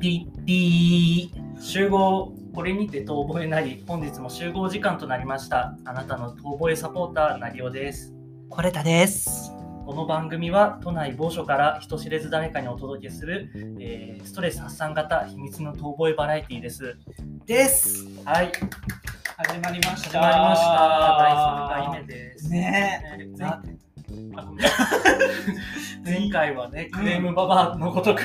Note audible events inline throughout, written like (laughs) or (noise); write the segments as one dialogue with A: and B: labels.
A: ピッピー集合これにて遠吠えなり本日も集合時間となりましたあなたの遠吠えサポーターなりおです
B: これたです。
A: この番組は都内某所から人知れず誰かにお届けする、えーストレス発散型秘密の遠吠えバラエティーです
B: です。
A: はい
B: 始まりまし
A: 始
B: た。
A: まりました第3回目です
B: ね
A: ね
B: な
A: あごめん前回はねクレームババアのごとく、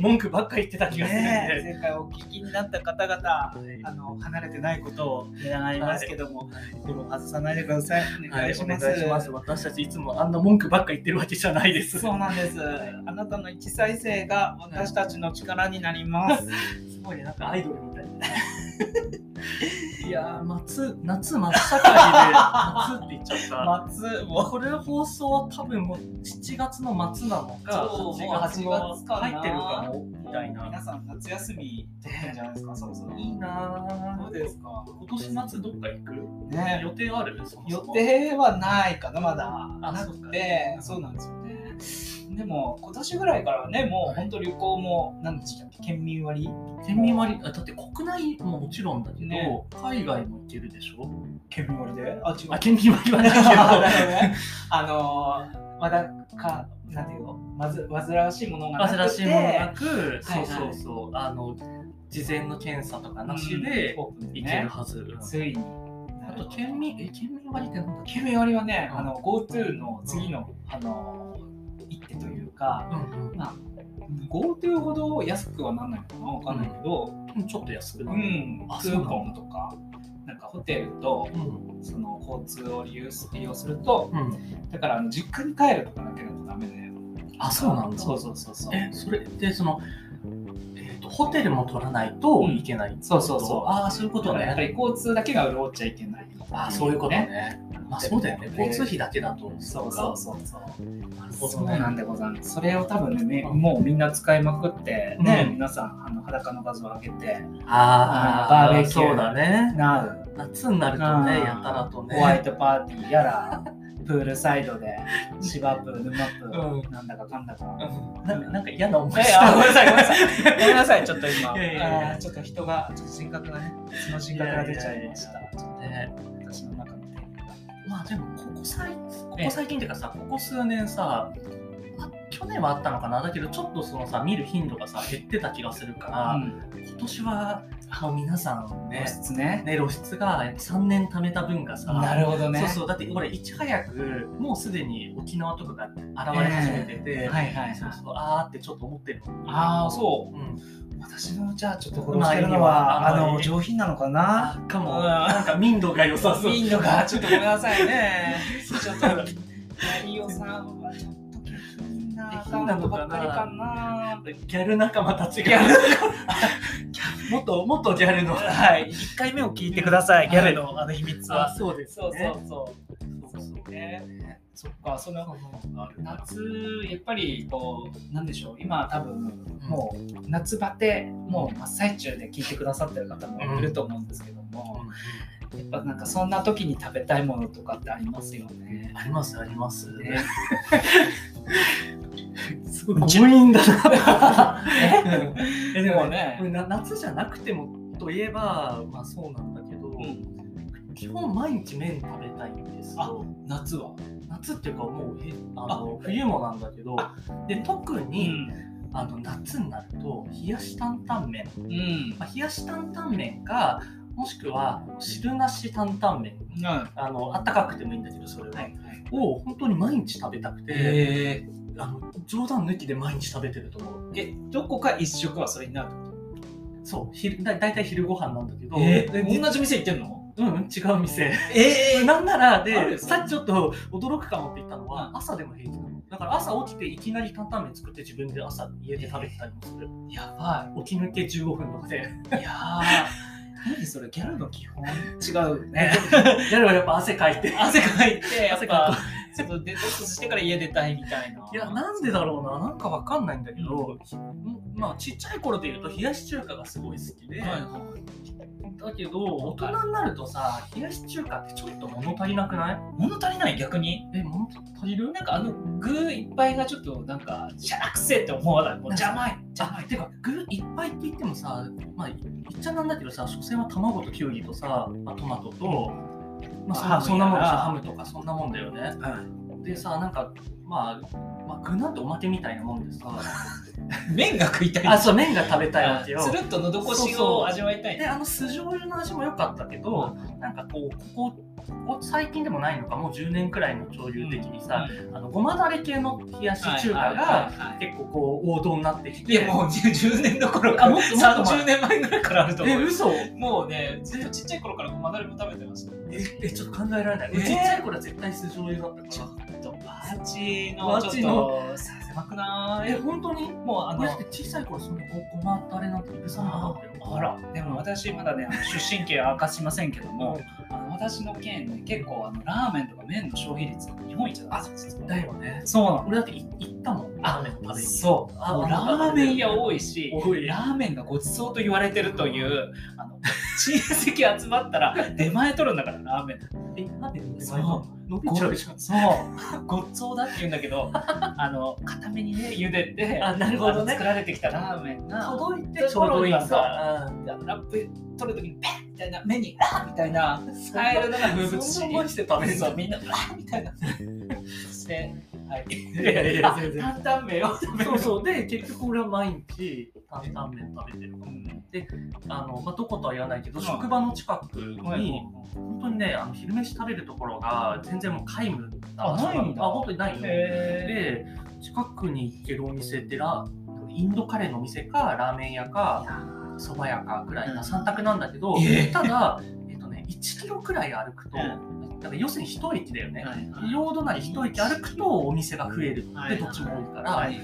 A: 文句ばっかり言ってた
B: え。
A: 気がするんで、
B: ねえ。前回お聞きになった方々、あの離れてないことを願いますけども、でも外さないでください。お
A: は
B: 願
A: い
B: い、し
A: お
B: ま
A: 願い
B: す。
A: します。私たちいつもあんな文句ばっか言ってるわけじゃないです。
B: そうなんです。あなたの一再生が私たちの力になります。
A: すごいねなんかアイドルみたいな。いやー、夏、夏真っ盛りで、夏って言っちゃった。
B: 松
A: もう
B: も
A: これ放送は多分もう7月の末なのか、
B: そう
A: 8月
B: もう8
A: の
B: 月かな
A: 入ってるかも、みたいな。
B: 皆さん夏休み取ってんじゃないですか。そろそろ。
A: いいな
B: どう
A: ー。
B: ですか。
A: 今年夏どっか行く
B: ねえ。
A: 予定あるそも
B: 予
A: そも
B: 定はないかなまだ
A: あ
B: な
A: そっか
B: くてそうなんですよねでも今年ぐらいからはねもう本当旅行も何でしたっけ県民割
A: 県民割、あだって国内ももちろんだけど、
B: ね
A: 海外も行けるでしょ
B: 県民割であ違う
A: あ、県民割は (laughs) ないけど。
B: あなるほどねあのーまだかなんていうのまず煩わしいものがなくて
A: 煩わしいものなく、
B: はい
A: そうそうそうあの事前の検査とかなしで
B: うんオープンで
A: いける
B: ね
A: はず、
B: ついに
A: あと県民え県民割ってなんだっけ、
B: 県民割はね
A: うん
B: あの GoTo の次のあのー一手というか
A: うん
B: まあ GoTo ほど安くはなんないのかなわかんないけど、
A: うん、ちょっと安くな
B: う
A: る、
B: ん
A: あ、
B: ク
A: そうな
B: ー
A: の
B: ポンとか、なんかホテルと
A: うん
B: その交通を利用す利用すると、
A: うん、
B: だからあの実家に帰るとかだけだとダメだよ。
A: あそうなんだ
B: そうそうそうそう。
A: えそれでその、えー、とホテルも取らないといけない、
B: そうそうそう
A: ああそういうこ
B: だ
A: と
B: からやっぱ
A: ね
B: り交通だけが潤っちゃいけない。
A: あーそういうことね。まあそうだよね交通費だけだと
B: そうそうそうそう。
A: なるほ
B: そ
A: ど
B: う
A: ね
B: なんでございます。それを多分ね、めもうみんな使いまくって、ね、
A: うん
B: 皆さんあの裸の数を上げて、
A: ああ
B: バーベキュー
A: そうだね
B: なう、
A: 夏になると
B: うん
A: ねやたらとね
B: ホワイトパーティー
A: (laughs)
B: やら、プールサイドで、芝プ、沼プ、
A: う
B: なんだかかんだか。
A: うんなんかなんか嫌な思い
B: え
A: し
B: あ
A: た
B: ごめんなさいごめんなさいごめんなさいちょっと今
A: いやいやいや
B: あーちょっと人がちょっと人格がねその人格が出ちゃいましたちょっ
A: ね
B: と私の中のテーマが
A: まあでもここ最こ
B: え
A: こ
B: え
A: 最近っていうかさここ数年さ、あ去年はあったのかなだけどちょっとそのさ見る頻度がさ減ってた気がするから、
B: うん
A: 今年はあの皆さんね
B: 露出ね
A: ね露出が3年貯めた分がさ
B: なるほどね
A: そうそうだってこれいち早くもうすでに沖縄とかが現れ始めてて、
B: はいはいはい
A: そうそうあーってちょっと思ってる、
B: ああそう
A: うん、
B: 私のじゃあちょっとフォローしてるのは
A: まあいい
B: あ
A: よ
B: の上品なのかな
A: あかも、
B: うん
A: なんか民度が良さそう
B: いいのかちょっとごめんなさいね (laughs) ちょっとマリオさんはちょっと下品なアカウントばっかりかな
A: ギャル仲間たち
B: ギ
A: が
B: ャ
A: 元元ギャルの
B: (laughs) はい1回目を聞いてくださいギャルのあの秘密は
A: あそうです
B: そう
A: ね
B: そうそう
A: そうそう
B: ね、そっか、その
A: あるな
B: 夏、やっぱりこう、なんでしょう、今、多分もう夏バテ、もう真っ最中で聞いてくださってる方もいると思うんですけども、やっぱなんかそんな時に食べたいものとかってありますよね。
A: ありますあります。
B: ね
A: すごい強引
B: (laughs)
A: だな。え
B: で
A: で
B: も
A: もね、これ
B: ね、
A: な夏じゃなくてもといえばまあそうなんだけど、
B: うん
A: 基本毎日麺食べたいんですよ。
B: 夏は、
A: 夏っていうかもうえあの
B: あ
A: 冬もなんだけど、で特
B: う
A: に、
B: ん、
A: あの夏になると冷やし担々麺、
B: うん、
A: まあ、冷やし担々麺かもしくは汁なし担々麺。
B: は
A: あのあったかくてもいいんだけどそれは、
B: い、はい。
A: を本当に毎日食べたくて、
B: え
A: あの冗談抜きで毎日食べてると思う
B: ー、え、どこか一食はそれになる
A: そう昼だ大体昼ご飯なんだけど、でじ
B: 同じ店行ってんの
A: うんうん違う店
B: え
A: なんなら
B: ある
A: で
B: よ
A: さっきちょっと驚くかもって言ったのは、
B: うん
A: 朝でも平気なのだから朝起きていきなり担々麺作って自分で朝家で食べてたりもする、
B: ー、やばい。
A: 起き抜け15分とかで (laughs)
B: いやー、何それ、ギャルの基本違うね。
A: やればやっぱ汗かいて
B: (laughs) 汗かいて、やっ
A: 汗か
B: ぱ、ちょっとデトックスしてから家出たいみたいな。
A: いやなんでだろうななんかわかんないんだけど、ひまあちっちゃい頃で言うと冷やし中華がすごい好きで、
B: はいは
A: だけど大人になるとさ冷やし中華ってちょっと物足りなくない
B: 物足りない逆に
A: え物足りる
B: なんかあの具いっぱいがちょっとなんかしゃらくせえって思わないもう邪魔い邪魔
A: あ
B: い
A: てか具いっぱいって言ってもさまあい言っちゃなんだけどさ所詮は卵とキュウリとさ、まあ、トマトと、ま
B: まあ
A: あ、そんなそんなもんでしょハ
B: ハ
A: ムとかそんなもんだよね
B: はい
A: でさなんかまあ、まあ、具なんておまけみたいなもんでさ
B: 麺が食いたい
A: あそう麺が食べたいわけよ
B: つるっとのど越しを味わいたい
A: であの酢醤油の味も良かったけどなんかこうここここ最近でもないのかもう10年くらいの潮流的にさ、あのごまだれ系の冷やし中華が結構こう王道になってきて
B: いやもう10年どころか
A: あもっともっと前
B: 30年前ぐらいからあると思
A: え
B: う
A: 嘘
B: もうねずっとちっちゃい頃からごまだれも食べてました
A: ええちょっと考えられない、
B: えー
A: ちっちゃい頃は絶対酢醤油だった
B: ちょ
A: か
B: っとバーチ
A: バ
B: の
A: ー
B: ち
A: チの
B: ょっとさ狭く
A: ら
B: な
A: え
B: い
A: 本当に
B: もうあ
A: あの
B: の
A: 小さい頃そのごごまだれなんて許さなかったよ
B: あらでも私まだねあ (laughs) の出身県は明かしませんけど
A: も
B: もあの私の県ね結構あのラーメンとか麺の消費率が日本一だったんですよ
A: うだよね
B: そうなの
A: 俺だってい行ったもんラーメン食べに
B: そう
A: あ
B: もうラーメン屋多いし
A: 多い
B: ラーメンがごちそうと言われてるというあの親戚集まったら (laughs) 出前取るんだからラーメン
A: えなんで
B: そう
A: 伸びちゃうじゃん
B: そうごちそうだって言うんだけどあの固めにね茹でて
A: あなるほどね
B: あの作られてきたラーメンが
A: 届いてちょうどいいんだ
B: ラップ取るときにペッみたいな目にあみたいな入るのが風物詩
A: そんな思いして食べん
B: そ
A: だ
B: うみんなあみたいなしてはい
A: いやいや全然
B: あ担々麺を食べる
A: そうそうで結局俺は毎日担々麺食べてる
B: うん
A: あの、まあ、どことは言わないけど、
B: うん
A: 職場の近くに、
B: はい
A: 本当にねあの昼飯食べるところが全然もう皆無
B: あないんだ
A: あ本当にないの
B: へ
A: で近くに行けるお店ってラインドカレーのお店かラーメン屋かそば屋かくらいな
B: うん
A: 3択なんだけど、
B: ええ
A: ただ、えっとね、1キロくらい歩くと、
B: う
A: だから要するに一駅だよ
B: ー
A: ね、
B: はいはい
A: 両隣一駅歩くとお店が増える
B: は
A: で
B: い
A: どっちも多いから、
B: はい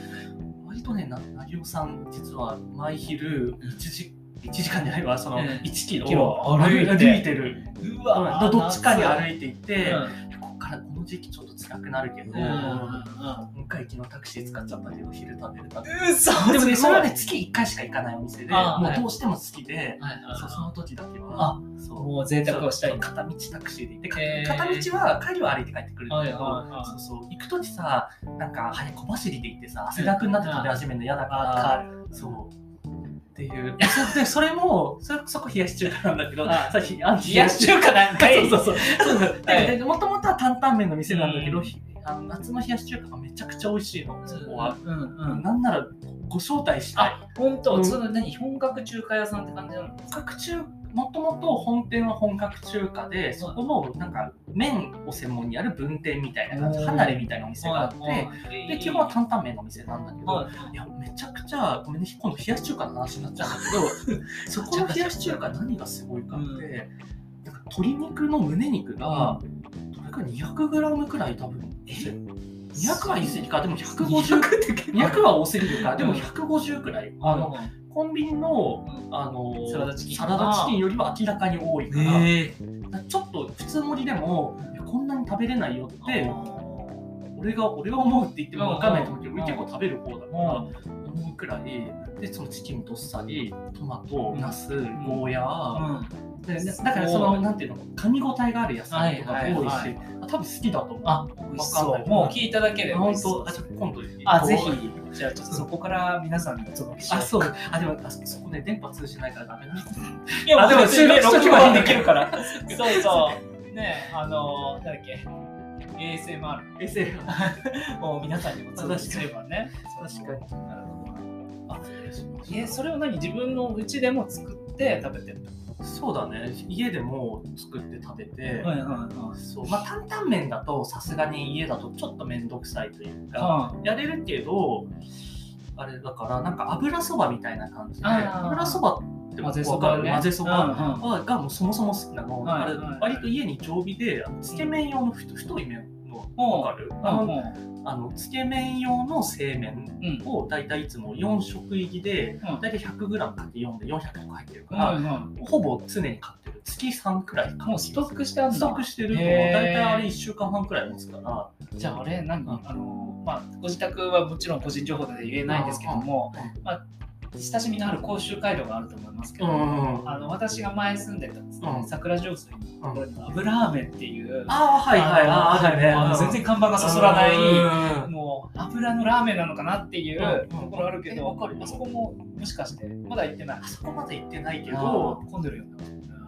A: 割とね、なぎおさん、実は毎昼1時、一時間じゃないわ、その
B: ええ
A: 1キロ
B: キロ
A: 歩
B: 歩
A: い
B: い
A: て
B: て
A: る、
B: う
A: うんどどっちかに歩
B: い
A: いていって、ここからこの時期ちょっと辛くなるけど、今回昨日タクシー使っちゃったけど、昼食べれた。で
B: うそ
A: もね、それはね、月1回しか行かないお店で、
B: あー
A: も
B: は
A: う
B: い
A: どうしても好きで、そうその時だけは、そう。
B: もう贅沢をしたい
A: そう片道タクシーで行って、か
B: へー
A: 片道は帰りは歩いて帰ってくるんだけど、
B: はいはいはい
A: そうそう行く時さなんか早く小走りで行ってさ汗だくになって食べ始めるの嫌だから、
B: る
A: そうっていう (laughs) そでそれもそれそこ冷やし中華なんだけど
B: はい
A: さひあの
B: 冷やし中華なんか
A: そう
B: い
A: そうそうそう
B: (laughs)
A: そう
B: はい
A: ででもともとは担々麺の店なんだけど、
B: うん
A: ひあの夏の冷やし中華がめちゃくちゃ美味しいのそこは、
B: うんうん
A: なんならご招待したい
B: あ本
A: う
B: 当
A: ん
B: その何本格中華屋さんって感じなの
A: 本格中もともと本店は本格中華でそこもなんか麺を専門にやる分店みたいな感じ
B: うん
A: 離れみたいなお店があっ
B: はい
A: て
B: はい
A: で基本は担々麺のお店なんだけど
B: はい
A: いやめちゃくちゃごめんね今度冷やし中華の話になっちゃうん
B: (laughs)
A: だけどそこの冷やし中華何がすごいかって、
B: うん
A: なんか鶏肉の胸肉がどれくらい 200g くらい多分200は言い過ぎかでも150
B: (laughs) 200って
A: 200は多すぎるかでも
B: うん
A: 150くらい、あ
B: あ
A: の
B: の
A: コンビニの
B: うん
A: あの
B: サラダチキン
A: サラダチキンよりは明らかに多いから,、
B: え
A: ちょっと普通盛りでもいやこんなに食べれないよって
B: で
A: 俺が俺が思うって言っても分かんないと思うけど
B: うん
A: 俺結構食べる方だから思うくらいでそのチキンどっさりトマト
B: うん
A: ナスゴーヤーでで
B: そう
A: だからそのなんていうの噛み応えがある野菜とかが多いし、
B: はいはい
A: 多分好きだと思う
B: あ
A: 美味しそう
B: そうもう聞いただけで
A: 本当あちょっと今度
B: あぜひじゃあちょっとそこから皆さんにお届けしよ
A: あそうあでもあそこね電波通じないからダ
B: (laughs)
A: メなんだ
B: ういや
A: あでも
B: 別に
A: 収録
B: 録
A: は
B: 画
A: で
B: で
A: き
B: き
A: る
B: る
A: か
B: からそうそうねあのなんだっけ ASMR
A: SF
B: を皆さんにもお届けすればね
A: 確かに
B: になるほど
A: あ失礼しました
B: えそれを何自分の家でも作って食べてる
A: そうだね家でも作って食べて、
B: いはいはい
A: そうまあ、担々麺だとさすがに家だとちょっと面倒くさいというか、
B: あ
A: やれるけどあれだからなんか油そばみたいな感じで
B: あー
A: 油そばって
B: 混ぜ
A: わ
B: そ
A: か
B: ば
A: る
B: ね
A: 混ぜそば
B: うんうん
A: はがもうそもそも好きなの、
B: はい
A: あれ
B: はい
A: 割と家に常備であのつけ麺用のふ太い麺の
B: うん
A: わかる、あの
B: う
A: あのつけ麺用の製麺
B: ん
A: を大体いつも4食入りで
B: うん
A: 大体 100g 買って4で400とか入ってるから、
B: あ
A: ほぼ常に買ってる。月3くらい買ってる
B: もうストックしてある
A: ストックしてると、
B: へ
A: 大
B: ー
A: 体あれ1週間半くらい持つから。
B: じゃああれ何
A: うん
B: あのまあご自宅はもちろん個人情報で言えないですけども
A: う
B: まあ親しみのある甲州街道があると思いますけど、
A: うんうん
B: あの私が前住んでたです、ね
A: うん
B: 桜上水のところに油ラーメンっていう、
A: ああ、はいはい、
B: の
A: ああ、あるね。
B: の全然看板がそそらない、
A: うん
B: もう油のラーメンなのかなっていう
A: うん
B: ところあるけど、
A: えわかる
B: あそこももしかしてまだ行ってない
A: あそこまで行ってないけ
B: け
A: ど
B: ど、混んでるよね、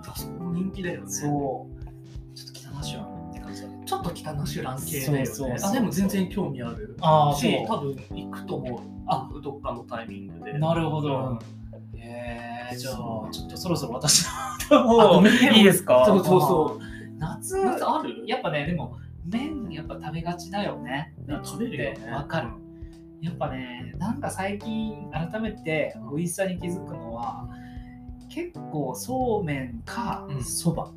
A: あそこも人気だよね。
B: そうちょっと汚しようって感じだね
A: ちょっと北のシュラン系だよね。
B: そうそうそう
A: あでも全然興味ある
B: あー
A: し
B: そう、
A: 多分行くと思う。あどっかのタイミングで。
B: なるほ
A: うん
B: ど、えー、じゃあちょっとそろそろ私の
A: あご
B: も
A: めんね
B: いいですか
A: そうそうそう。
B: う夏
A: 夏ある
B: やっぱねでも麺やっぱ食べがちだよね
A: 食べるよね。
B: わかるやっぱねなんか最近改めて美味しさに気づくのは結構そうめんか
A: うん
B: そば、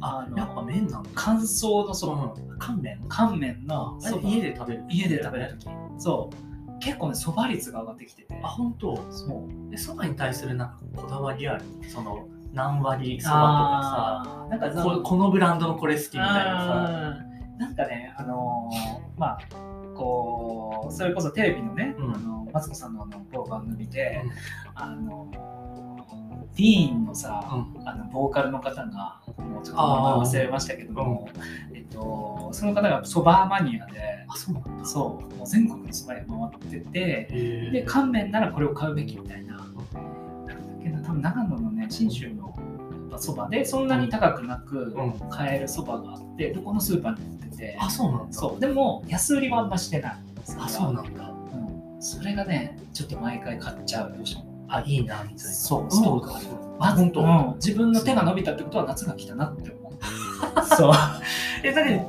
B: あ
A: やっ
B: の
A: ぱ麺なの
B: 乾燥のそば、
A: 乾麺
B: 乾麺のそば
A: 家で食べる
B: 家で食べる
A: とき。
B: そう結構ねそば率が上がってきてて
A: あ、本当。
B: そう
A: え、そばに対するなんかこだわりあるその、何割そば
B: あーなん
A: と
B: か
A: かさ、ここのブランドのこれ好きみたいな
B: あーなんかね、あのーまあ、こう、それこそテレビのね、
A: うん
B: あのマツコさんのあの某番組で、
A: うん
B: あのディーンのさ、
A: さ。
B: あのボーカルの方が、もうちょっと名前忘れましたけども、えっと、その方がそばマニアで、
A: あ、そうなんだ。
B: そう、もう全国のそば屋回ってて、で、
A: で
B: 乾麺ならこれを買うべきみたいな。なんだっけな多分長野のね、信州のやっぱそばで、そんなに高くなく、
A: うん。
B: 買えるそばがあってどこのスーパーに売ってて
A: あ、そうなんだ。
B: そうでも安売りはあんましてない
A: あ、そうなんだ。
B: うんそれがねちょっと毎回買っちゃうどうしても
A: あ、いいな、みたいな。
B: そう
A: ス
B: ス
A: ト
B: ト
A: ック
B: ック
A: あ
B: あ
A: る
B: る。
A: あ、本当。
B: うん自分の手が伸びたってことは夏が来たなって思うそう
A: え、だけど、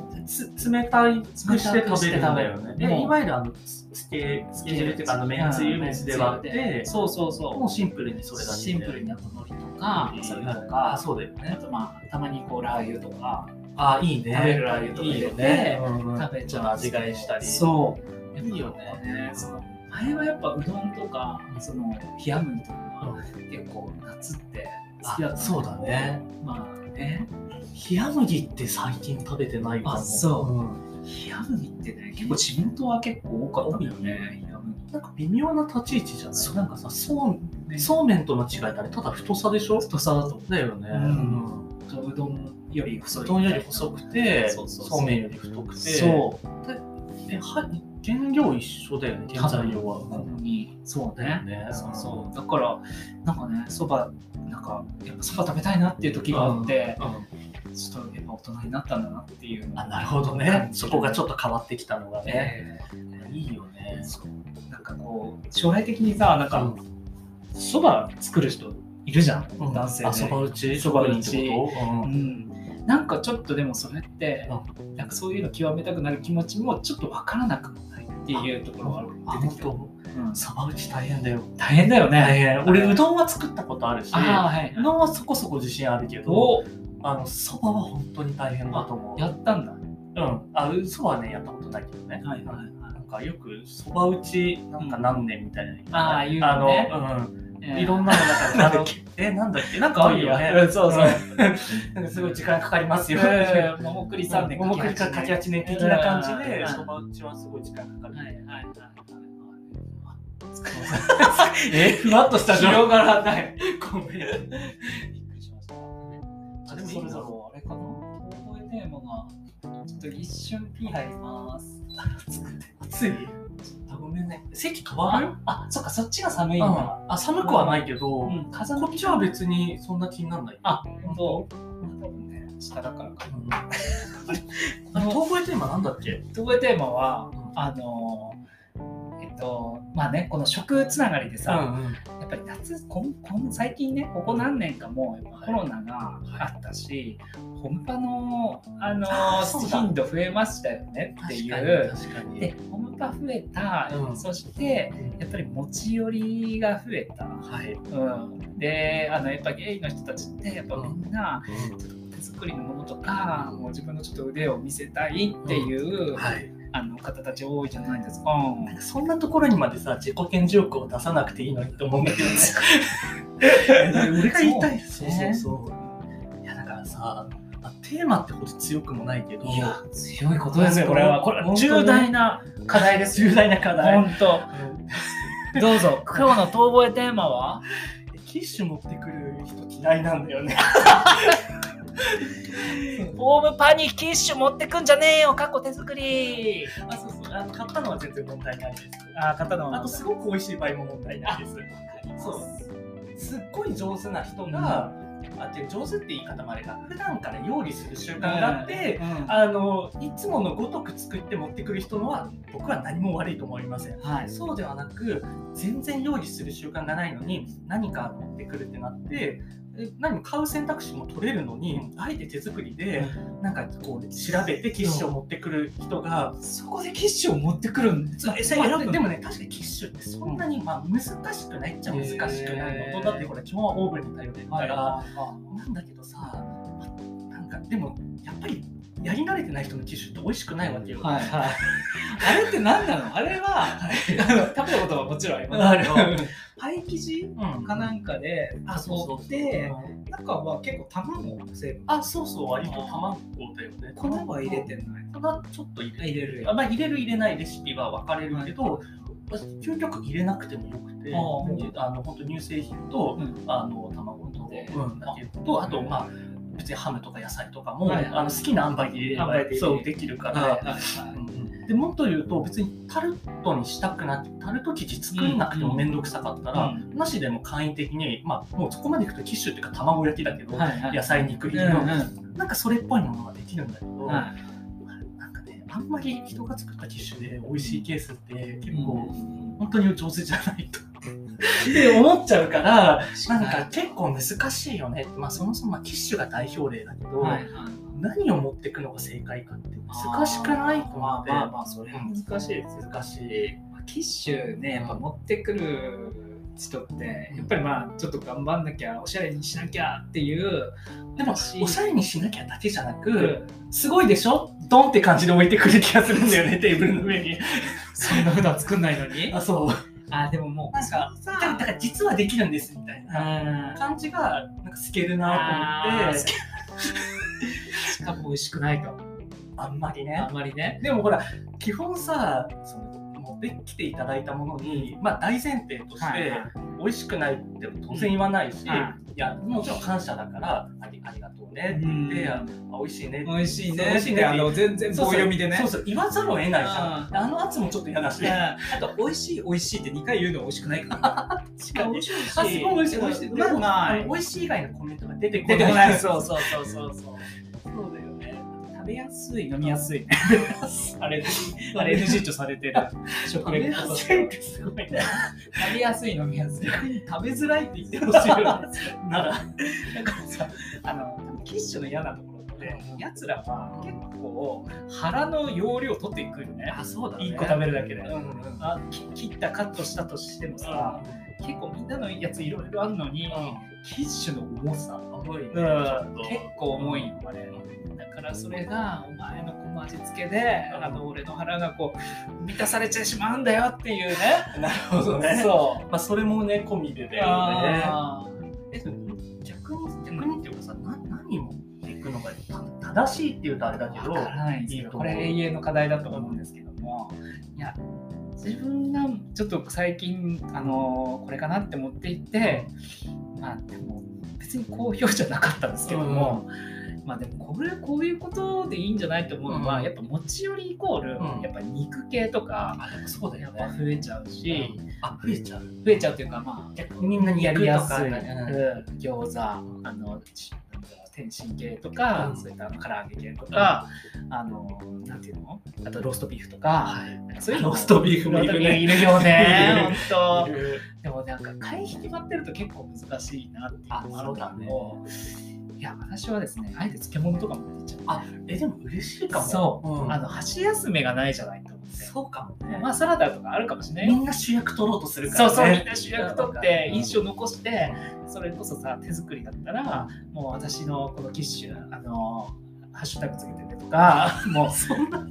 A: つ冷たいくして食べるんだよね。
B: 冷たくして食べる
A: でいわゆるあのつつけつけ汁っていうかあのめんつゆめつで割って、
B: そうそうそう
A: もうシンプルにそれだけで
B: シンプルにあと海苔とかお
A: そ
B: 酒
A: れ
B: と
A: とかあ
B: か
A: そうだよ
B: あ
A: ね。
B: とまあたまにこうラー油とか
A: あいいね。
B: 食べるラー油とか入れて食べちゃう
A: 味替えしたり。
B: そう
A: いいよね
B: その前はやっぱうどんとかその冷麦とかは結構夏って好きだっ
A: あ
B: たん
A: そうだね。
B: まあね
A: 冷麦って最近食べてないかも。
B: あそう
A: うん。
B: 冷麦ってね結構地元は結構多かったんだよね冷
A: なんか微妙な立ち位置じゃない。
B: そう
A: なんかさそう
B: 麦
A: そうめんとの違いってあれただ太さでしょ。
B: 太さだと
A: だよね。
B: うん
A: うん
B: 思ううどんより細いう
A: どんより細くて
B: そうそうそう
A: そうめんより太くて
B: そう
A: えは原料一緒だよね原材料は、
B: 多分にそうね
A: ね
B: そうそうだからなんかねそばなんかやっぱそば食べたいなっていう時があって、
A: うん
B: ちょっとやっぱ大人になったんだなっていうの
A: あなるほどねそこがちょっと変わってきたのがね、
B: え
A: いいよね
B: ーなんかこう将来的にさなん
A: う
B: かそば作る人いるじゃん、
A: ん
B: 男性
A: あそば
B: で、
A: 打ち
B: そば打ち
A: 職人ってこと、
B: う
A: うん
B: ん、なんかちょっとでもそれって、なんかそういうの極めたくなる気持ちもちょっとわからなくもないっていうところは
A: あ
B: 出てきた、
A: 本
B: うん
A: 当そば打ち大変だよ
B: 大変だよね、
A: 大変俺うどんは作ったことあるし
B: ああはいう
A: どんはそこそこ自信あるけど
B: お
A: あのそばは本当に大変だと思う
B: やったんだは
A: うんあそばはねやったことないけどね
B: いはい
A: なんかよくそば打ちなんか何年みたいな、
B: ああ言う
A: あ
B: の
A: の、
B: ね
A: うん、いろんなの中で、あのえなんだっけなんかあるよね
B: うん (laughs) そうそう
A: なんかすごい時間かかりますよ、
B: えー桃栗三年
A: 桃栗かかき八年的な感じ
B: う
A: で
B: ん
A: そば打ちはすごい時間かかる、
B: はいはいはいはい
A: えふわっと (laughs) した状況
B: 広がらない
A: ごめん
B: びっくりしました
A: あ
B: あ
A: で
B: で
A: も
B: も
A: い
B: そ
A: い
B: ろ
A: な
B: そろあれかな覚えテーマがちょっと一瞬ピー入ります。
A: 暑いあごめんね席変わる
B: あ、そっかそっちが寒い
A: うん
B: だ。
A: んあ寒くはないけど、
B: うん、風
A: こっちは別にそんな気にならない
B: あ、本当。多分ね、下だからか。
A: うんあれ遠吠えテーマなんだっけ
B: 覚えテーマはあのーえっとまあねこの食つながりでさ、
A: うん
B: やっぱり夏こんこん最近ねここ何年かもうやっぱコロナがあったし、本場のあのー
A: あーそうだ
B: 頻度増えましたよねってい
A: 確かに
B: う。
A: 確かに
B: でホームパ増えた、
A: うん
B: そしてやっぱり持ち寄りが増えた、
A: はい、
B: うん、であのやっぱゲイの人たちってやっぱみんなちょっと手作りのものとか、もう自分のちょっと腕を見せたいっていう、
A: はい、
B: あの方たち多いじゃないですか。
A: なんかそんなところにまでさ自己顕示欲を出さなくていいのにと思うんだけどね俺が言いたい
B: そ
A: そうう
B: ね
A: そうそういやだからさ、まあ、テーマってほど強くもないけど
B: いや強いことですよこれはこれは
A: 本当ね
B: 重大な課題ですよ
A: 重大な課題
B: 本当どうぞ、今日の遠吠えテーマは
A: キッシュ持ってくる人嫌いなんだよね。
B: ホームパニーキッシュ持ってくんじゃねえよ、過去手作り。
A: あ、そうそう。あの買ったのは全然問題ないです。
B: あ、買ったの
A: あとすごく美味しい場合も問題ないです。そう。すっごい上手な人が、あって上手って言い方もあれか普段から料理する習慣があって、あのいつものごとく作って持ってくる人のは僕は何も悪いと思いません。
B: はい。
A: そうではなく全然料理する習慣がないのに何か持ってくるってなってえ何も買う選択肢も取れるのにあえて手作りでなんかこう調べてキッシュを持ってくる人が
B: そこでキッシュを持ってくるんです
A: まあででもね確かにキッシュってそんなにまあ難しくないっちゃ難しくないの
B: へ
A: と
B: ー
A: だってこれ基本はオーブンに頼ってるか
B: はい
A: ら。
B: はいはい
A: なんだけどさ、なんかでもやっぱりやり慣れてない人のティッシュって美味しくないわけよ。
B: はいはい。あれって何なのあれは、あの食べたことはもちろんあります
A: あ
B: け
A: る
B: ど
A: よ、
B: パイ生地
A: うん
B: かなんかで、
A: あ、そうそう
B: 折って、中は結構卵の成分、
A: あ、そうそう、割と卵だよね。
B: 粉は入れてない。
A: 粉ちょっと入れ
B: 入れる
A: あまあ、入れる入れないレシピは分かれるけど、私究極入れなくてもよくて、
B: あー
A: あの本当乳製品と、
B: うん
A: あの卵と、
B: で
A: うんだけどあとまあ別にハムとか野菜とかも、
B: はい
A: あの好きな塩梅で入れれば
B: 塩梅で入れ
A: そうできるから、
B: はいはいはい
A: でもっと言うと別にタルトにしたくなってタルト生地作んなくても面倒くさかったら、
B: うん
A: なしでも簡易的に、まあ、もうそこまでいくとキッシュっていうか卵焼きだけど、
B: はいはい
A: 野菜肉入りの、なんかそれっぽいものができるんだけど、
B: はい
A: なんかねあんまり人が作ったキッシュで美味しいケースって結
B: うん
A: 構、本当に上手じゃないと (laughs) って思っちゃうからな
B: なんん
A: か
B: か
A: 結構難しいよね、まあ、そもそもまあキッシュが代表例だけど、
B: はいはい
A: 何を持っていくのが正解かって難しくないと思
B: ま
A: っ
B: あ
A: て。
B: まあまあ、それは難しいですよ
A: 難しい。
B: でまあキッシュねやっぱ持ってくる人ってやっぱりまあちょっと頑張んなきゃおしゃれにしなきゃっていう
A: でも
B: し、
A: おしゃれにしなきゃだけじゃな
B: う
A: く、
B: ん
A: すごいでしょドンって感じで置いてくる気がするんだよ
B: (laughs)
A: ね、テーブルの上に。
B: そんな普段作んないの
A: (laughs)
B: に
A: あ、そう。
B: あでももう
A: なんか
B: その
A: だから、だから実はできるんです、みたいな
B: うん
A: 感じが、なんか透けるなと思
B: あ
A: っ
B: ー
A: て、
B: しかも美味しくないと
A: あんまりね
B: あ。んまりね
A: でもほら、基本さ、その持ってきていただいたものに、まあ大前提として、
B: はい
A: 美味しくないって当然言わないし、
B: うんはい
A: や、もちろん感謝だから、ありありがとうねって言って、あ
B: 美
A: 美味しいねって
B: 味しいね
A: 美味しい
B: って
A: ね
B: あの全然棒読みでね
A: そうそう言わざるを得ないじゃ。
B: うん
A: あの圧もちょっと嫌だし。
B: うんあと美味しい美味しいって2回言うの美味しくないからしかも美味しい美味しい
A: あ、すごい美味しい、美味しい。
B: うまいうまい
A: 美味しい以外のコメントが出てこな
B: 出
A: い。
B: てこない
A: そう
B: そうそうそうそうそう
A: だよね。
B: 食べやすい飲みやすい (laughs) あれあれ
A: れ
B: NG とされてる食
A: 食
B: レ
A: べ
B: ポ
A: や
B: とし
A: すいっててすごいね。
B: 食べやすい飲みやすい食べづらいって言ってほ
A: ほ
B: し
A: し
B: い
A: い
B: よ
A: よ
B: ね
A: ね
B: ならだからさあの多分キッシュの嫌なところってやつらは結構腹の容量取っていくよね
A: あ、そうだね。
B: 一個食べるだけで
A: うんうんうん。
B: あき切ったカットしたとしてもさ結構みんなのやついろいろあるのにキッシュの重さ
A: 重いね。
B: 結構重いよあれだからそれがお前のこの味付けであの俺の腹がこう満たされちゃいしまうんだよっていうね
A: (laughs) なるほどね。
B: そ
A: まあ、それもね、込みで
B: う
A: だよね。
B: あー
A: え逆に、逆にっていうかさ、な何持っていくのが正しいっていうとあれだけど
B: わ、からないんですけ
A: いい
B: ど
A: と
B: こ
A: 思う
B: れ永遠の課題だと思うんですけどもいや自分がちょっと最近あのこれかなって持っていってまあでも別に好評じゃなかったんですけども、まあでもこれこういうことでいいんじゃないと思うのは、
A: うん
B: やっぱ持ち寄りイコール、
A: うん
B: やっぱ肉系とか
A: あ、でもそうだ
B: や
A: よ
B: っぱ
A: ね。
B: 増えちゃうし、
A: あ、増えちゃう。
B: 増えちゃうっていうかまあ
A: 逆にみんなに
B: や
A: やり
B: り
A: や
B: や
A: す
B: す
A: い
B: い、。
A: うん
B: うん餃子あのちなんだろう天津系とか、
A: うん
B: そういった唐揚げ系とか、あのなんていうのあとローストビーフとか、なんかそういうの
A: ローストビーフもいるね
B: ローストビーフいる
A: (laughs)
B: よね
A: い
B: 本
A: る
B: 当でもなんか会費決まってると結構難しいなっていうのもあるんだけど、いや私はですねあえて漬物とかも入れちゃう
A: あえでも嬉しいかも
B: そう、
A: ん
B: あの箸休めがないじゃないと思って
A: そうかもね、
B: まあサラダとかあるかもしれないよ
A: みんな主役取ろうとするか
B: そ
A: ら
B: う
A: ね
B: そうみんな主役取って印象残してそれこそさ手作りだったらもう私のこのキッシュあのハッシュタグつけてねとか (laughs) も
A: そんな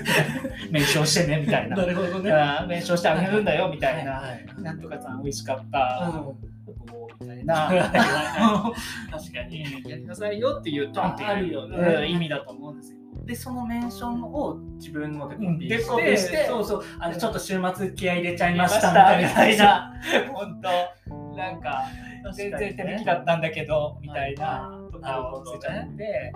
B: う名称してねみたいな
A: なるほどね
B: あー名称してあげるんだよみたい
A: は
B: ない
A: はい
B: なんとかさん美味しかった
A: うん
B: こうみたい
A: はい (laughs)
B: な
A: はいはい確かに
B: やりなさいよっていうトンって
A: ああるよね
B: うん意味だと思うんですよ
A: でそのメンションを自分のでコピー
B: うん
A: して,、
B: デコピーして
A: そうそうあのちょっと週末気合い入れちゃいま
B: ま
A: し
B: したた
A: みたいな
B: みたいな本当なんか全然手抜きだったんだけ
A: (laughs)
B: どみたいなところをついちゃって、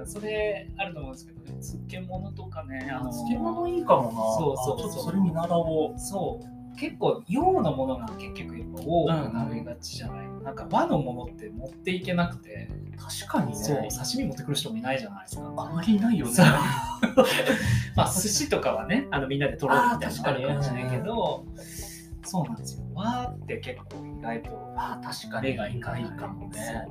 B: うん、それあると思うんですけどね漬物とかねあの
A: 漬物いいかもな
B: そうそう
A: あちょっとそれ見習おう
B: そう結構洋のものが結局やっぱ多くなりがちじゃない、なんか和のものって持っていけなくて、
A: 確かにね
B: そう刺身持ってくる人もいないじゃないですか。
A: あまりいないよね
B: そうまあ寿司とかはねあのみんなで取ろうみたいなのあるかもしれないけど、そうなんですよ和って結構意外と
A: あ確かに
B: 目がいか
A: い
B: ないい
A: か
B: か
A: も
B: も
A: ね
B: ね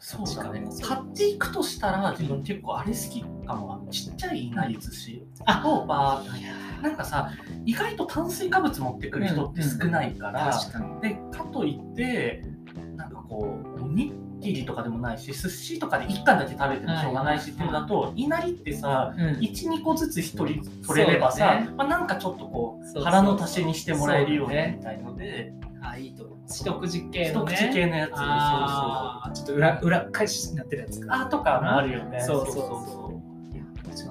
A: そうだね
B: 確か
A: 買
B: に
A: っていくとしたら自分結構あれ好きかもあのちっちゃいいなり寿司
B: あ
A: をバーッとなんかさ意外と炭水化物持ってくる人って少ないから、
B: 確かに
A: でかといってなんかこうおにぎりとかでもないし寿司とかで1貫だけ食べてもしょうがないしっていうのだと、いなりってさ12個ずつ1人取れればさ、
B: そう
A: ま
B: だ
A: あ、なんかちょっとこ
B: そう
A: う
B: そう
A: 腹の足しにしてもらえるよう
B: そうだね
A: にみたいので、
B: あいいと思います一口系
A: 一
B: のね
A: 口系のやつ
B: あーちょっと裏裏返しになってるやつ
A: そうそう
B: か
A: あーとかもあるよね
B: そうそうそう
A: いや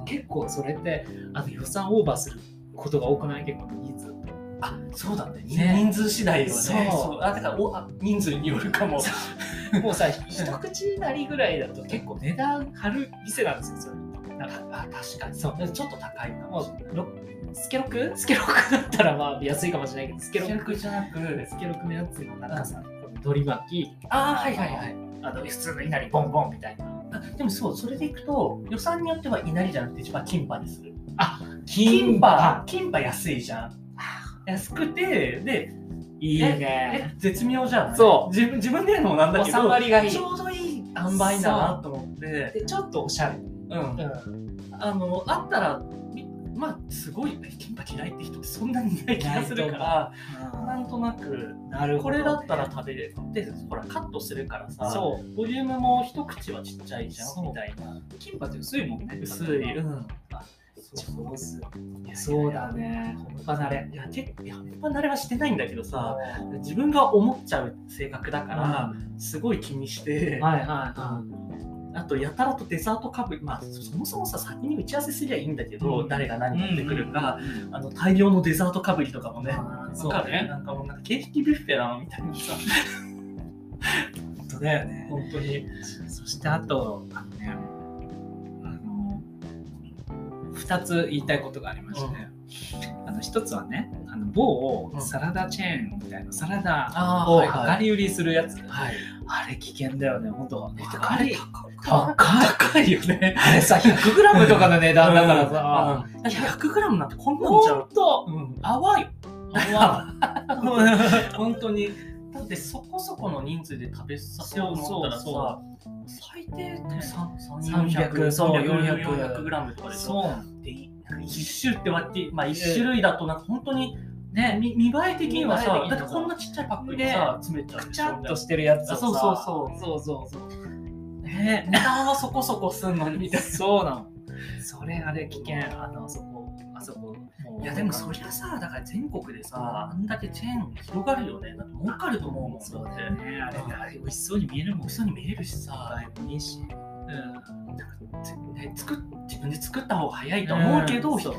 B: 結構それってあの予算オーバーすることが多くない結構人数 (laughs)
A: あそうだね
B: ね
A: 人数次第よね
B: そう
A: あだからおあ人数によるかも
B: もうさ一口なりぐらいだと結構値段張る店なんですよそれなんか
A: あ確かに
B: そう
A: ちょっと高いか
B: も
A: もしれな
B: う
A: い
B: ろスケロクスケロクだったらまあ安いかもしれないけどスケロ
A: 主
B: ク
A: 役じゃなく
B: スケロクのやつのなんかさ取り巻き
A: あー
B: あの普通のいなりボンボンみたいな
A: あでもそうそれでいくと予算によっては稲荷じゃなくて一番キンパにする
B: 金馬
A: キンパ安いじゃん安くてで
B: いい
A: え
B: ね
A: 絶妙じゃない
B: そう
A: 自分自分でやるのもなんだけど
B: 収まりがいい
A: ちょうどいい塩梅だなと思って
B: でちょっとおしゃれ、
A: うんあのあったらみまあすごいキンパ嫌いって人ってそんなにいない気がするからなんとなく
B: なる
A: こ
B: ほど
A: れ
B: ね
A: だったら食べれるでほらカットするからさ
B: そう
A: ボリュームも一口はちっちゃいじゃ
B: そ
A: ん
B: う
A: みたいな
B: 金馬って薄いもんね
A: 薄いうん
B: 上手そうだね
A: 離
B: 離れ
A: れいや結構いや離れはしてないんだけどさ自分が思っちゃう性格だから、すごい気にして、
B: はいはいは
A: あとやたらとデザートかぶりまあそもそもさ先に打ち合わせすりゃいいんだけど、
B: うん
A: 誰が何
B: い。
A: 持ってくるか、あの大量のデザートかぶりとかもね、
B: あー
A: そ
B: そうう
A: かね
B: ね。
A: なんかもうなんかケーキビュッフェなのみたいなさ
B: (laughs) 本当だよね。
A: 本当に
B: そしてあと、あのね、あの、二つ言いたいことがありましてね。あの一つはね、あの某
A: うん
B: サラダチェーンみたいなサラダ
A: あ
B: を
A: は
B: 量
A: い
B: り売りするやつ、
A: はい
B: あれ危険だよね、本当。
A: あれ
B: 高
A: 高
B: い
A: 高いよね
B: あれさ、100グラムとかの値段だからさ、
A: うんだって 100g なんてこんなんちゃう
B: 本当
A: うん
B: 淡い。
A: 泡
B: (laughs)
A: 本当にだってそこそこの人数で食べさせようと思ったらさ
B: そ
A: 最低
B: 300そう400
A: 300400グラムとかでしょ
B: そう。
A: でなんか一種って割って、まあ、一種類だとなんか本当にね見見栄え的には
B: 見
A: さ
B: 栄え的に
A: だ
B: は
A: ってこんなちっちゃいパックにさ詰めちゃう
B: く
A: で
B: ち
A: しょ
B: ゃっとしてるやつをさ
A: あそうそう
B: そうそうそうそう
A: ね (laughs) 値段はそこそこすんのにみたい
B: そうなのそれあれ危険あのあそこあそこ
A: ないやでもそりゃさだから全国でさあんだけチェーン広がるよねだって儲かると思うもん
B: そう
A: だっ
B: だ
A: て
B: よねあれあれ美味しそうに見えるもん
A: 嘘に見えるしさ
B: だいぶいいしうん
A: ね、作っ自分で作った方が早いと思うけど、
B: ん
A: 一
B: そう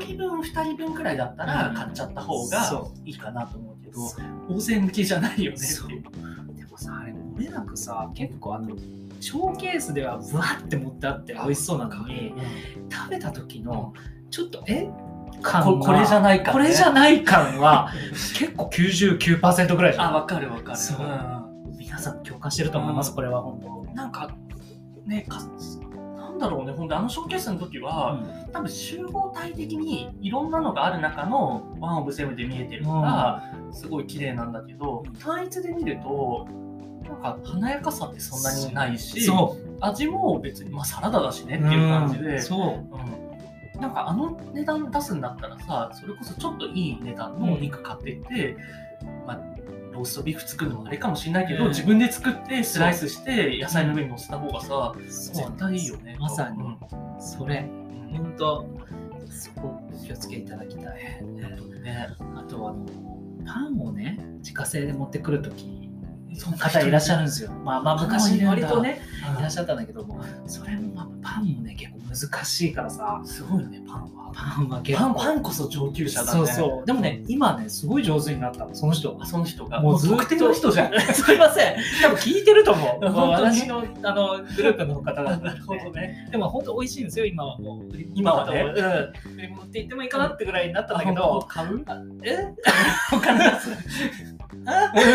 A: 1人分2人分くらいだったら
B: うん
A: 買っちゃった方が
B: そ
A: いいかなと思うけ
B: う
A: ど、大勢向きじゃないよね
B: そう
A: っていう
B: でもさあれ漏れなくさ結構あのショーケースではぶわって持ってあって美味しそうなのに食べた時のちょっとえ
A: こ
B: 感
A: これじゃ
B: ない
A: ないか、ね、
B: これじゃない感 (laughs) は結構99%ぐらいじゃ
A: あ
B: ん
A: わかるわかる
B: そうん皆さん共感してると思います、
A: うん
B: これは本当
A: なんかねかなんだろうねほんであのショーケースの時は、多分集合体的にいろんなのがある中のワンオブセブンで見えてるから、すごい綺麗なんだけど
B: うん
A: 単一で見るとなんか華やかさってそんなにないし
B: そう
A: 味も別に、まあ、サラダだしねっていう感じで、うん
B: そう
A: なんかあの値段出すんだったらさそれこそちょっといい値段のお肉買ってって、まあ、ローストビーフ作るのもあれかもしれないけど、
B: うん
A: 自分で作ってスライスして野菜の上に乗せた方がさ、
B: 絶
A: 絶
B: 対
A: 対
B: い
A: い
B: い
A: い
B: よ
A: よ
B: ね
A: ね
B: まさに
A: うん
B: それ
A: うん
B: 本当そこお気をつけいただきたい
A: 本当にね
B: あとはあのパンをね自家製で持ってくる時
A: そんな人
B: 方いらっしゃるんですよまあまあ
A: あ
B: 昔
A: いるんだ
B: 割とねいらっ
A: い
B: しゃったんだけどもそれもまあパンもね結構難しいからさ
A: すごいよねパンは
B: パンは結
A: パン
B: 構
A: パンこそ上級者だね
B: そうそうでもね今ねすごい上手になったのその人
A: あその人が
B: もうずっと
A: 特定の人じ
B: (laughs)
A: ゃん
B: すいません多分聞いてると思う
A: (laughs) 本当に
B: 私のあのグループの方だっ
A: (laughs)
B: た
A: なん
B: で
A: るほどね
B: でも本当美味しいんですよ今はもう売り
A: 今はね
B: うん売り物って言ってもいいかなってぐらいになったんだけ
A: (laughs) あ本
B: ど
A: 当買 (laughs) う
B: え
A: わかんない (laughs)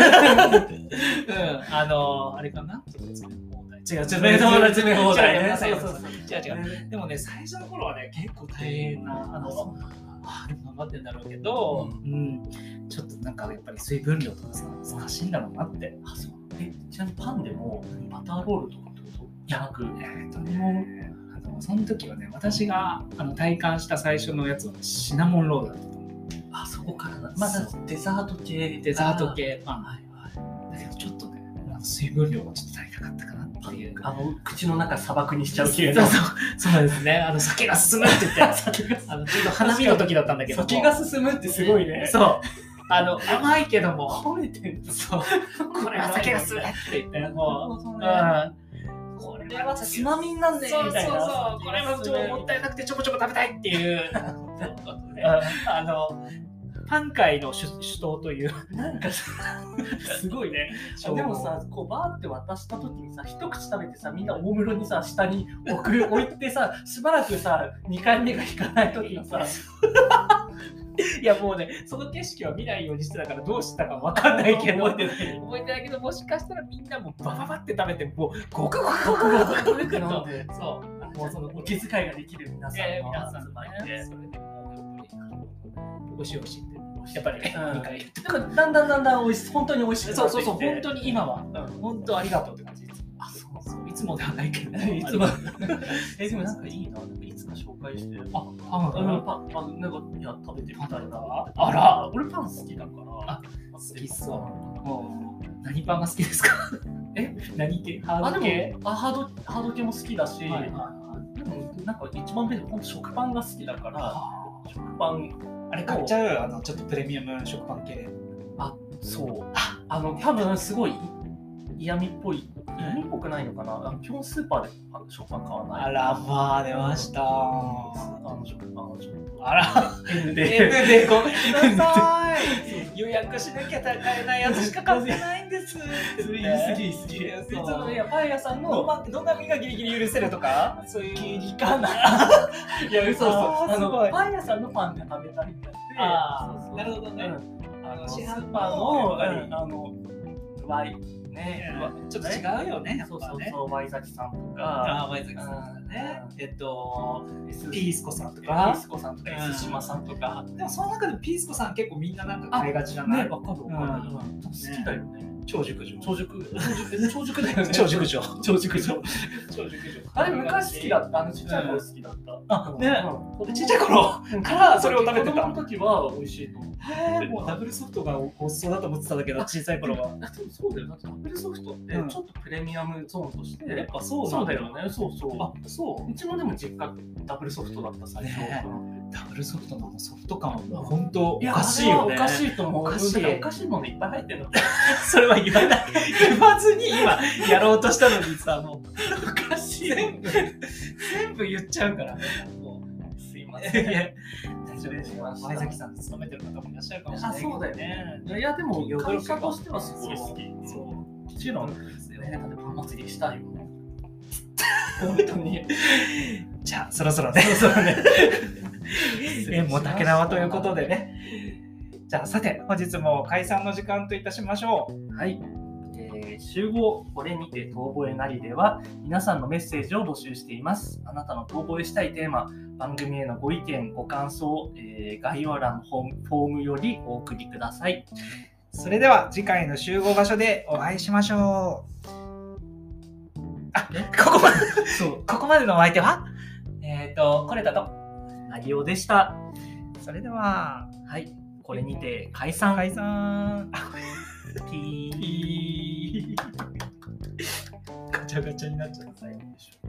B: うんあのあれかなちょっと詰め
A: 詰め放
B: 放題違う違う
A: 題詰め放題ね
B: 違う違うそう
A: そ
B: そうう
A: そう
B: 違う違うでもね、最初の頃はね、結構大変な、あの、あでも頑張ってんだろうけど、
A: う
B: うん、ちょっとなんかやっぱり水分量とかさ、難しいんだろうなって。
A: あそうえちなみにパンでもバターロールとかってことじゃなく
B: えーっとね、あのその時はね、私があの体感した最初のやつはシナモンロールだったと思
A: あそこからなまだ
B: そ
A: デザート系
B: う。デザート系パ
A: あー
B: ン。
A: はいはい
B: だけどちょっとね、あの水分量がちょっと足りなかったかなっていう。
A: あの口の中砂漠にしち
B: そ
A: ゃ
B: う
A: う
B: そ
A: 系
B: う
A: の
B: そうですね。あの酒が進むって言って、
A: 酒が
B: あのちょうど花見の時だったんだけど
A: (laughs)
B: も、
A: 先が進むってすごいね
B: そう。あの甘いけども、
A: 褒めてる
B: そう、これは酒がするって言って、も、
A: そうう
B: うん、
A: ね
B: こ
A: こ
B: れ
A: れ
B: は
A: は
B: つ
A: つ
B: ま
A: まみになん
B: み
A: ね
B: そうそう
A: みたいな
B: そう、これはちょっともったいなくてちょこちょこ食べたいっていう、あの、パン界の主主導という、
A: (laughs) なんかさ
B: (laughs)
A: すごいね
B: 称号
A: でも、さこうバーって渡した時にさ一口食べてさみんな大室にさ下に置く置いてさ (laughs) しばらくさ2回目が引かない時の (laughs) さ
B: いやもうね、その景色は見ないようにしてたからどうしたかわかんないけど、
A: 覚えてない
B: 覚えてないけど、もしかしたらみんなもうバババって食べて、もうごく
A: ご
B: ごくご
A: くご
B: くご
A: く
B: く
A: ご
B: ご
A: く
B: く
A: 飲ん
B: と、
A: で
B: そう、もうその
A: お気遣いができる皆さん
B: えー、
A: の
B: 皆さん
A: 集まり
B: ね、それ
A: で
B: でもやっぱり、おしおしって、やっぱりね、
A: うん
B: 2回言って。
A: なんかだんだんだんだん美味し本当に美味しくな
B: そう
A: って
B: そう
A: きて
B: そう、本当に今は、
A: うん
B: 本当ありがとうって感じ。
A: あそう
B: そういつもではないけど、
A: いつもえ
B: (laughs) え、
A: で
B: で
A: も
B: も
A: な
B: なんん
A: か
B: か、
A: いいななんかいつか紹介して
B: あ、あ、
A: あ
B: う
A: の
B: ん、
A: パンパンなんかいや食べてみたいな
B: あら
A: 俺パン好きだから
B: あ好きそう。何パンが好きですかえ、何系ハ
A: あで
B: ード系
A: もあハードハード系も好きだし、
B: はいはいは
A: で
B: い
A: もなんか一番ベスト本当食パンが好きだから
B: あ
A: 食パン
B: あれ買っちゃうあのちょっとプレミアム食パン系
A: そうあの多分すごい嫌味っぽい嫌味っぽくないのかなあの基本スーパーで食パン買わない
B: あらまあ出ました
A: あの食パンはちょっと
B: あら
A: N で
B: N でごめんなさい予約しなきゃ買えないやつしか買ってないんです
A: それ言い過ぎ言い過ぎ
B: いや
A: そ
B: そう
A: のいやパン屋さんの
B: のどんな身がギリギリ許せるとかそういう
A: ギリ
B: (laughs)
A: かないや嘘嘘
B: あー
A: あの
B: すごい
A: パン屋さんのパンが食べたいみたいで
B: あ
A: そ
B: ー
A: うそう
B: なるほどね
A: うんあの
B: 市
A: 市
B: 販の
A: 販パンを
B: やっぱり
A: うんあのワイねワ
B: ちょっと違うよねやっ
A: そう
B: ぱ
A: そう
B: ね
A: そうワイザキさんとか
B: あ前崎さんとかね
A: う
B: えっとピ
A: ピ
B: ースコさんと
A: ー
B: か
A: スコさんとか
B: うん
A: エスシマさんとか
B: でもその中でもピースコさん結構みんななんか買いがちじゃない
A: わかる
B: わかる
A: うん好きだよね
B: 超熟女
A: 長熟長熟 (laughs) だよね
B: 超熟女
A: 長熟女
B: 超熟女
A: (laughs) あれ昔好きだったあのちっちゃい頃好きだった
B: あね
A: うん
B: ちっちゃい頃からそれを食べてた
A: 子供の時は美味しいと思う
B: へえもうダブルソフトがごちそうだと思ってたんだけど小さい頃は
A: あでもそうだよだってアップルソフトって
B: うん
A: ちょっとプレミアムゾーンとして、
B: やっぱそうな
A: そ
B: ん
A: うだよねそうそう
B: あそう
A: ちもでも実家ダブルソフトだった最初、
B: ねダブルソフトのあのソフト感はもう本当おかしい
A: あ
B: よ
A: れ
B: ね
A: はおかしいと思う
B: おかしい
A: だからおかしいものいっぱい入ってるの
B: (laughs) それは言わない言わずに今やろうとしたのにさもう
A: おかし
B: 全部全部言っちゃうからも
A: すいうま
B: い
A: せん
B: や
A: 大
B: 大
A: 丈
B: 丈
A: 夫
B: 夫
A: で
B: ですす
A: よ
B: 前崎さん勤めてる方もいらっしゃるかもしれ
A: あ
B: ないけど
A: そうだよねいやでも会社としてはすごい好き
B: そう
A: も
B: も
A: ちろん
B: ですよ
A: ねだってパン祭りしたいよね本当 (laughs) に
B: じゃあそろそろね
A: そうね
B: えもう竹縄ということでねじゃあさて本日も解散の時間といたしましょう
A: はい、えー集合これにて遠吠えなりでは皆さんのメッセージを募集していますあなたの遠吠えしたいテーマ番組へのご意見ご感想、えー概要欄のホームフォームよりお送りくださ (laughs) い
B: それでは次回の集合場所でお会いしましょうあここまで
A: そう
B: ここまでのお相手はえっ、と、これだと。
A: なぎおでした
B: それでは、
A: はいこれにて解散
B: 解散。あ
A: ピー
B: ピーガチャガチャになっちゃった。最後でしょ